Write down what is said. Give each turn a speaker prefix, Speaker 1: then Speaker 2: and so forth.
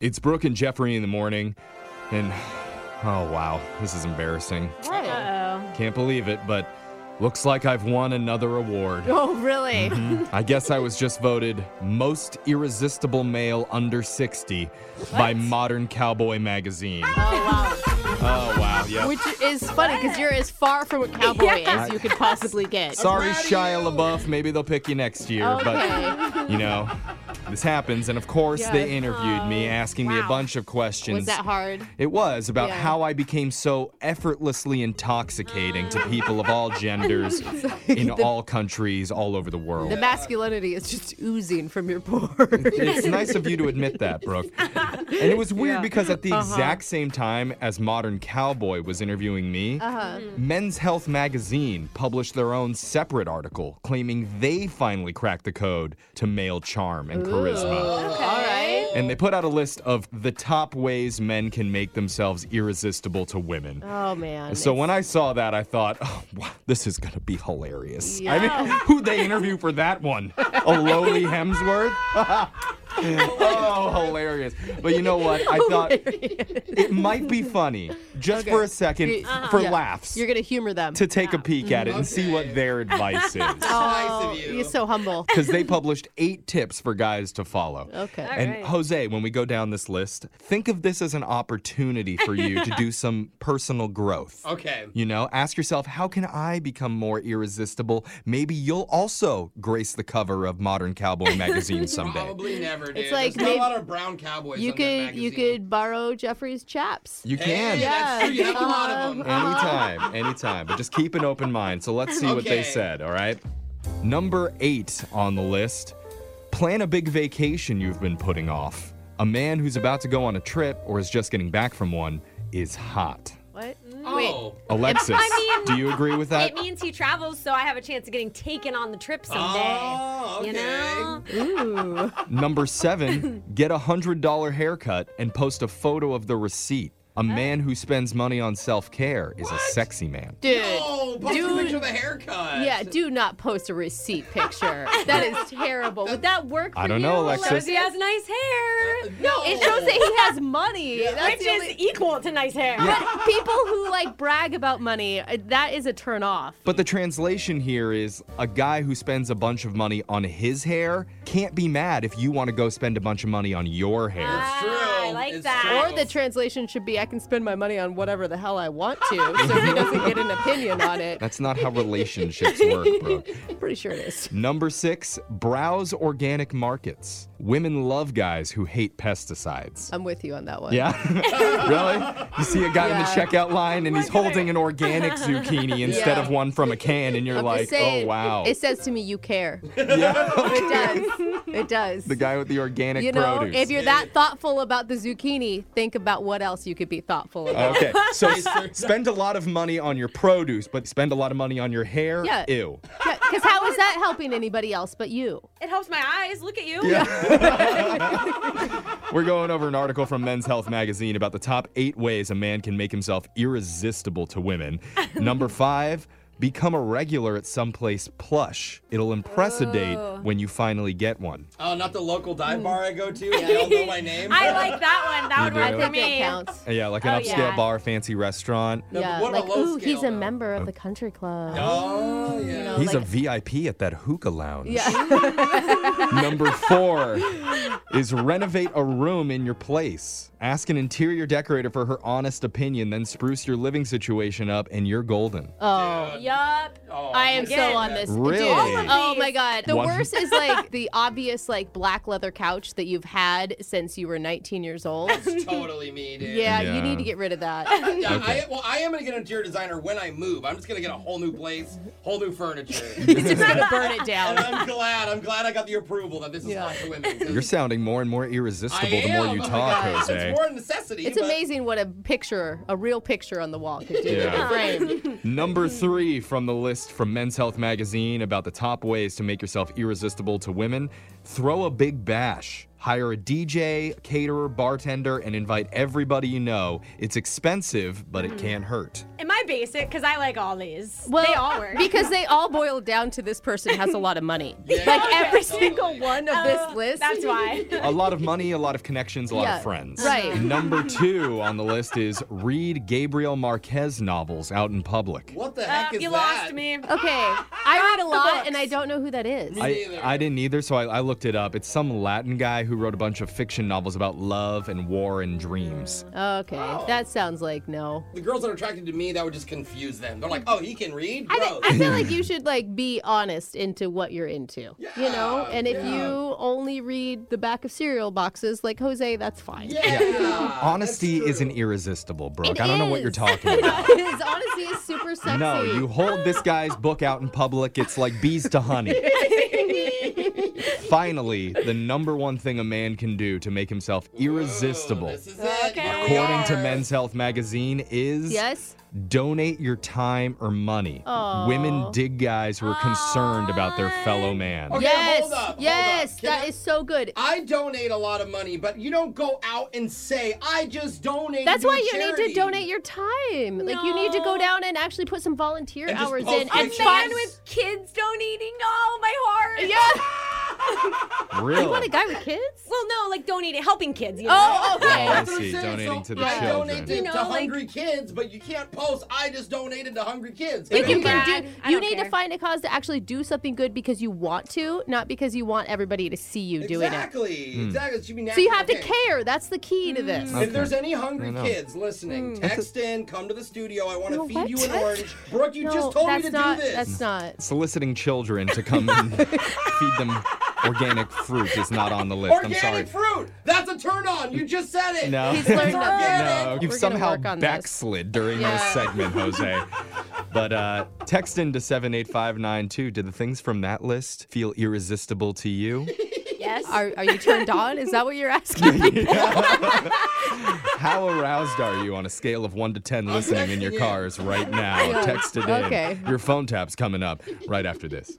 Speaker 1: It's Brooke and Jeffrey in the morning, and oh wow, this is embarrassing.
Speaker 2: Uh-oh.
Speaker 1: Can't believe it, but looks like I've won another award.
Speaker 2: Oh, really?
Speaker 1: I guess I was just voted most irresistible male under 60 by Modern Cowboy magazine.
Speaker 2: Oh,
Speaker 1: Oh wow,
Speaker 2: wow.
Speaker 1: yeah.
Speaker 2: Which is funny because you're as far from a cowboy as you could possibly get.
Speaker 1: Sorry, Shia LaBeouf. Maybe they'll pick you next year, but you know, this happens. And of course, they interviewed me, asking me a bunch of questions.
Speaker 2: Oh, Was that hard?
Speaker 1: It was about
Speaker 2: Yeah.
Speaker 1: how I became so effortlessly intoxicating to people of all genders in all countries all over the world.
Speaker 3: The masculinity is just oozing from your pores.
Speaker 1: it's nice of you to admit that, Brooke. And it was weird because at the exact same time as Modern Cowboy was interviewing me, Men's Health magazine published their own separate article claiming they finally cracked the code to male charm and charisma.
Speaker 2: All right.
Speaker 1: And they put out a list of the top ways men can make themselves irresistible to women.
Speaker 3: Oh man.
Speaker 1: So when I saw that, I thought, oh, wow, this is going to be hilarious. I mean, who'd they interview for that one? A lowly Hemsworth? oh, hilarious. But you know what? I thought it might be funny just for a 2nd for
Speaker 3: uh-huh. yeah.
Speaker 1: laughs
Speaker 3: You're Mm-hmm. gonna humor them.
Speaker 1: to take a peek at it and see what their advice is.
Speaker 3: oh, You're so humble.
Speaker 1: Because they published eight tips for guys to follow.
Speaker 3: Okay.
Speaker 1: And Jose, when we go down this list, think of this as an opportunity for you to do some personal growth.
Speaker 4: Okay.
Speaker 1: You know, ask yourself, how can I become more irresistible? Maybe you'll also grace the cover of Modern Cowboy magazine someday.
Speaker 4: Probably never did.
Speaker 3: It's like
Speaker 4: There's not
Speaker 3: maybe-
Speaker 4: a lot of brown cowboys.
Speaker 3: You
Speaker 4: on that
Speaker 3: could you
Speaker 4: magazine.
Speaker 3: could borrow Jeffrey's chaps.
Speaker 1: You
Speaker 4: Hey,
Speaker 1: can.
Speaker 4: that's true. You have a lot of
Speaker 3: um,
Speaker 4: them.
Speaker 1: Anytime, anytime. But just keep an open mind. So let's see what they
Speaker 4: Okay.
Speaker 1: said, all right? Number eight on the list plan a big vacation you've been putting off. A man who's about to go on a trip or is just getting back from one is hot.
Speaker 3: What? Mm.
Speaker 4: Oh.
Speaker 1: Alexis,
Speaker 5: I mean-
Speaker 1: do you agree with that?
Speaker 5: It means he travels, so I have a chance of getting taken on the trip someday.
Speaker 4: Oh,
Speaker 5: You
Speaker 4: okay.
Speaker 5: know?
Speaker 3: Ooh.
Speaker 1: Number seven, get a $100 haircut and post a photo of the receipt. A man who spends money on self care is a sexy man.
Speaker 3: Dude.
Speaker 4: Oh, post a
Speaker 3: Dude.
Speaker 4: picture of the haircut.
Speaker 3: Yeah, do not post a receipt picture. that is terrible. Would that work for
Speaker 1: I don't
Speaker 3: you?
Speaker 1: know, Alexis.
Speaker 5: Shows he has nice hair.
Speaker 4: No,
Speaker 3: It shows that he has money. That's
Speaker 5: Which
Speaker 3: the
Speaker 5: is
Speaker 3: only-
Speaker 5: equal to nice hair.
Speaker 3: But people who like brag about money, uh, that is a turn off.
Speaker 1: But the translation here is a guy who spends a bunch of money on his hair can't be mad if you want to go spend a bunch of money on your hair.
Speaker 5: Ah,
Speaker 4: true.
Speaker 5: I like
Speaker 4: It's
Speaker 5: that.
Speaker 4: true.
Speaker 3: Or the translation should be I can spend my money on whatever the hell I want to, so he doesn't get an opinion on it.
Speaker 1: That's not how relationships work, bro.
Speaker 3: Pretty sure it is.
Speaker 1: Number six, browse organic markets. Women love guys who hate pesticides.
Speaker 3: I'm with you on that one.
Speaker 1: Yeah? really? You see a guy in the
Speaker 3: Yeah.
Speaker 1: checkout line and he's holding an organic zucchini instead
Speaker 3: Yeah.
Speaker 1: of one from a can, and you're
Speaker 3: I'm
Speaker 1: like,
Speaker 3: just saying,
Speaker 1: oh, wow.
Speaker 3: It says to me, you care.
Speaker 1: yeah.
Speaker 3: It does. It does.
Speaker 1: the guy with the organic
Speaker 3: you know,
Speaker 1: produce.
Speaker 3: if you're that thoughtful about the zucchini, think about what else you could be thoughtful about.
Speaker 1: Okay, so s- spend a lot of money on your produce, but spend a lot of money on your hair.
Speaker 3: Yeah.
Speaker 1: Ew.
Speaker 3: Because how is that helping anybody else but you?
Speaker 5: It helps my eyes. Look at you.
Speaker 1: We're going over an article from Men's Health magazine about the top eight ways a man can make himself irresistible to women. Number five, become a regular at someplace plush. It'll impress a date when you finally get one.
Speaker 4: Oh, not the local
Speaker 3: Mm.
Speaker 4: dive bar I go to. They don't know my name.
Speaker 5: I like that one. That would
Speaker 1: do.
Speaker 5: work
Speaker 1: I
Speaker 5: for
Speaker 3: That
Speaker 5: me.
Speaker 3: counts.
Speaker 1: Yeah, like an
Speaker 5: Oh,
Speaker 1: upscale
Speaker 5: yeah.
Speaker 1: bar, fancy restaurant.
Speaker 4: No, but
Speaker 3: yeah,
Speaker 4: what
Speaker 3: like,
Speaker 4: about low
Speaker 3: ooh, he's
Speaker 4: scale,
Speaker 3: a
Speaker 4: though?
Speaker 3: member of the country club.
Speaker 4: Oh, yeah.
Speaker 3: know,
Speaker 1: He's
Speaker 3: like-
Speaker 1: a VIP at that hookah lounge.
Speaker 3: Yeah.
Speaker 1: Number four is renovate a room in your place. Ask an interior decorator for her honest opinion, then spruce your living situation up, and you're golden.
Speaker 3: Oh.
Speaker 5: Yup.
Speaker 4: Oh,
Speaker 3: I am so
Speaker 5: Again.
Speaker 3: on this.
Speaker 1: Really?
Speaker 3: Dude.
Speaker 1: All of
Speaker 3: Oh
Speaker 5: these.
Speaker 3: my god. The
Speaker 1: One-
Speaker 3: worst is like the obvious like black leather couch that you've had since you were 19 years old.
Speaker 4: That's totally me, dude.
Speaker 3: Yeah,
Speaker 1: Yeah.
Speaker 3: you need to get rid of that.
Speaker 4: Yeah,
Speaker 1: Okay.
Speaker 4: I, well, I am gonna get an interior designer when I move. I'm just gonna get a whole new place, whole new furniture. and
Speaker 3: He's just gonna burn it down.
Speaker 4: I'm glad. I'm glad I got the approval that this is
Speaker 3: Yeah.
Speaker 4: not for women. 'cause
Speaker 1: You're sounding more and more irresistible the more you
Speaker 4: Oh my
Speaker 1: talk,
Speaker 4: God.
Speaker 1: Jose.
Speaker 4: It's more a necessity.
Speaker 3: It's
Speaker 4: but-
Speaker 3: amazing what a picture, a real picture on the wall could do.
Speaker 1: Yeah.
Speaker 3: Yeah. Frame.
Speaker 1: Number three from the list from Men's Health magazine about the top ways to make yourself irresistible to women throw a big bash. Hire a DJ, caterer, bartender, and invite everybody you know. It's expensive, but it can't hurt.
Speaker 5: Am I basic because I like all these.
Speaker 3: Well,
Speaker 5: they all work.
Speaker 3: because they all boil down to this person has a lot of money.
Speaker 4: Yeah.
Speaker 3: Like every
Speaker 4: Yeah,
Speaker 3: single
Speaker 4: totally.
Speaker 3: one of
Speaker 5: Oh,
Speaker 3: this list.
Speaker 5: That's why.
Speaker 1: A lot of money, a lot of connections, a lot
Speaker 3: Yeah,
Speaker 1: of friends.
Speaker 3: right.
Speaker 1: Number two on the list is read Gabriel Marquez novels out in public.
Speaker 4: What the
Speaker 5: Uh,
Speaker 4: heck is
Speaker 5: you
Speaker 4: that?
Speaker 5: lost me.
Speaker 3: Okay, I read a lot, and I
Speaker 5: books.
Speaker 3: don't know who that is.
Speaker 4: Me
Speaker 1: I,
Speaker 4: neither.
Speaker 1: I didn't either, so I, I looked it up. It's some Latin guy who wrote a bunch of fiction novels about love and war and dreams.
Speaker 3: Okay, that sounds like no.
Speaker 4: The girls that are attracted to me, that would just confuse them. They're like, oh, he can read?
Speaker 3: I,
Speaker 4: Gross.
Speaker 3: thi- I feel like you should like be honest into what you're into, you know.
Speaker 4: Yeah,
Speaker 3: And if
Speaker 4: yeah.
Speaker 3: you only read the back of cereal boxes, like Jose, that's fine.
Speaker 4: yeah. that's
Speaker 1: Honesty
Speaker 4: true.
Speaker 1: isn't irresistible, Brooke.
Speaker 3: It
Speaker 1: I don't know what
Speaker 3: is.
Speaker 1: you're talking about.
Speaker 3: His honesty is super sexy.
Speaker 1: No, you hold this guy's book out in public, it's like bees to honey. Finally, the number one thing a man can do to make himself irresistible,
Speaker 4: Ooh, Oh, this is it.
Speaker 5: Okay.
Speaker 4: Here we
Speaker 1: according to
Speaker 4: are.
Speaker 1: Men's Health magazine, is
Speaker 3: Yes.
Speaker 1: donate your time or money.
Speaker 3: Aw.
Speaker 1: Women dig guys who are concerned about their fellow man.
Speaker 4: Okay,
Speaker 3: yes.
Speaker 4: hold up, hold up.
Speaker 3: yes.
Speaker 4: Can
Speaker 3: that
Speaker 4: I-
Speaker 3: is so good.
Speaker 4: I donate a lot of money, but you don't go out and say, I just donate.
Speaker 3: That's why you need to donate your time. Like you need to go
Speaker 5: No.
Speaker 3: down and actually put some volunteer
Speaker 4: And just
Speaker 3: hours
Speaker 4: post
Speaker 3: in
Speaker 5: A
Speaker 3: and
Speaker 4: pictures.
Speaker 5: man
Speaker 3: find.
Speaker 5: with kids donating. Oh, my heart.
Speaker 3: Yeah.
Speaker 1: Really?
Speaker 3: You want a guy with kids?
Speaker 5: Well, no, like donating, helping kids. You know?
Speaker 3: Oh,
Speaker 1: Oh,
Speaker 3: okay.
Speaker 1: I see. Donating to the
Speaker 4: I
Speaker 1: children.
Speaker 4: donate to,
Speaker 5: You know,
Speaker 4: to
Speaker 5: like-
Speaker 4: hungry kids, but you can't post. I just donated to hungry kids.
Speaker 3: Like you
Speaker 5: Okay.
Speaker 3: can
Speaker 5: Brad,
Speaker 3: do.
Speaker 5: I
Speaker 3: You
Speaker 5: don't
Speaker 3: need to
Speaker 5: care.
Speaker 3: find a cause to actually do something good because you want to, not because you want everybody to see you doing it.
Speaker 4: exactly.
Speaker 1: Hmm.
Speaker 4: Exactly. It should be
Speaker 3: So you have to
Speaker 4: natural. Okay. Mm.
Speaker 3: care. That's the key to this.
Speaker 1: Okay.
Speaker 4: If there's any hungry
Speaker 1: I know.
Speaker 4: kids listening, text in, come to the studio. I want to
Speaker 3: Hmm. No,
Speaker 4: feed
Speaker 3: what?
Speaker 4: you an orange. Brooke, you just told me
Speaker 3: that's
Speaker 4: to
Speaker 3: not.
Speaker 4: do this.
Speaker 3: That's not.
Speaker 1: Soliciting children to come and feed them organic fruit is not on the list. I'm sorry.
Speaker 4: Organic fruit! That's a turn on! You just said it!
Speaker 1: No.
Speaker 3: He's learned
Speaker 4: Forget
Speaker 3: nothing.
Speaker 4: it.
Speaker 1: No,
Speaker 3: We're
Speaker 1: you've
Speaker 3: gonna
Speaker 1: somehow
Speaker 3: work on this.
Speaker 1: backslid during this
Speaker 3: Yeah.
Speaker 1: segment, Jose. But uh, text into 78592. Did the things from that list feel irresistible to you?
Speaker 5: Yes.
Speaker 3: Are, are you turned on? Is that what you're asking?
Speaker 1: How aroused are you on a scale of 1 to 10 listening in your
Speaker 4: texting in.
Speaker 1: cars right now? Text it in.
Speaker 3: Okay.
Speaker 1: Your phone tap's coming up right after this.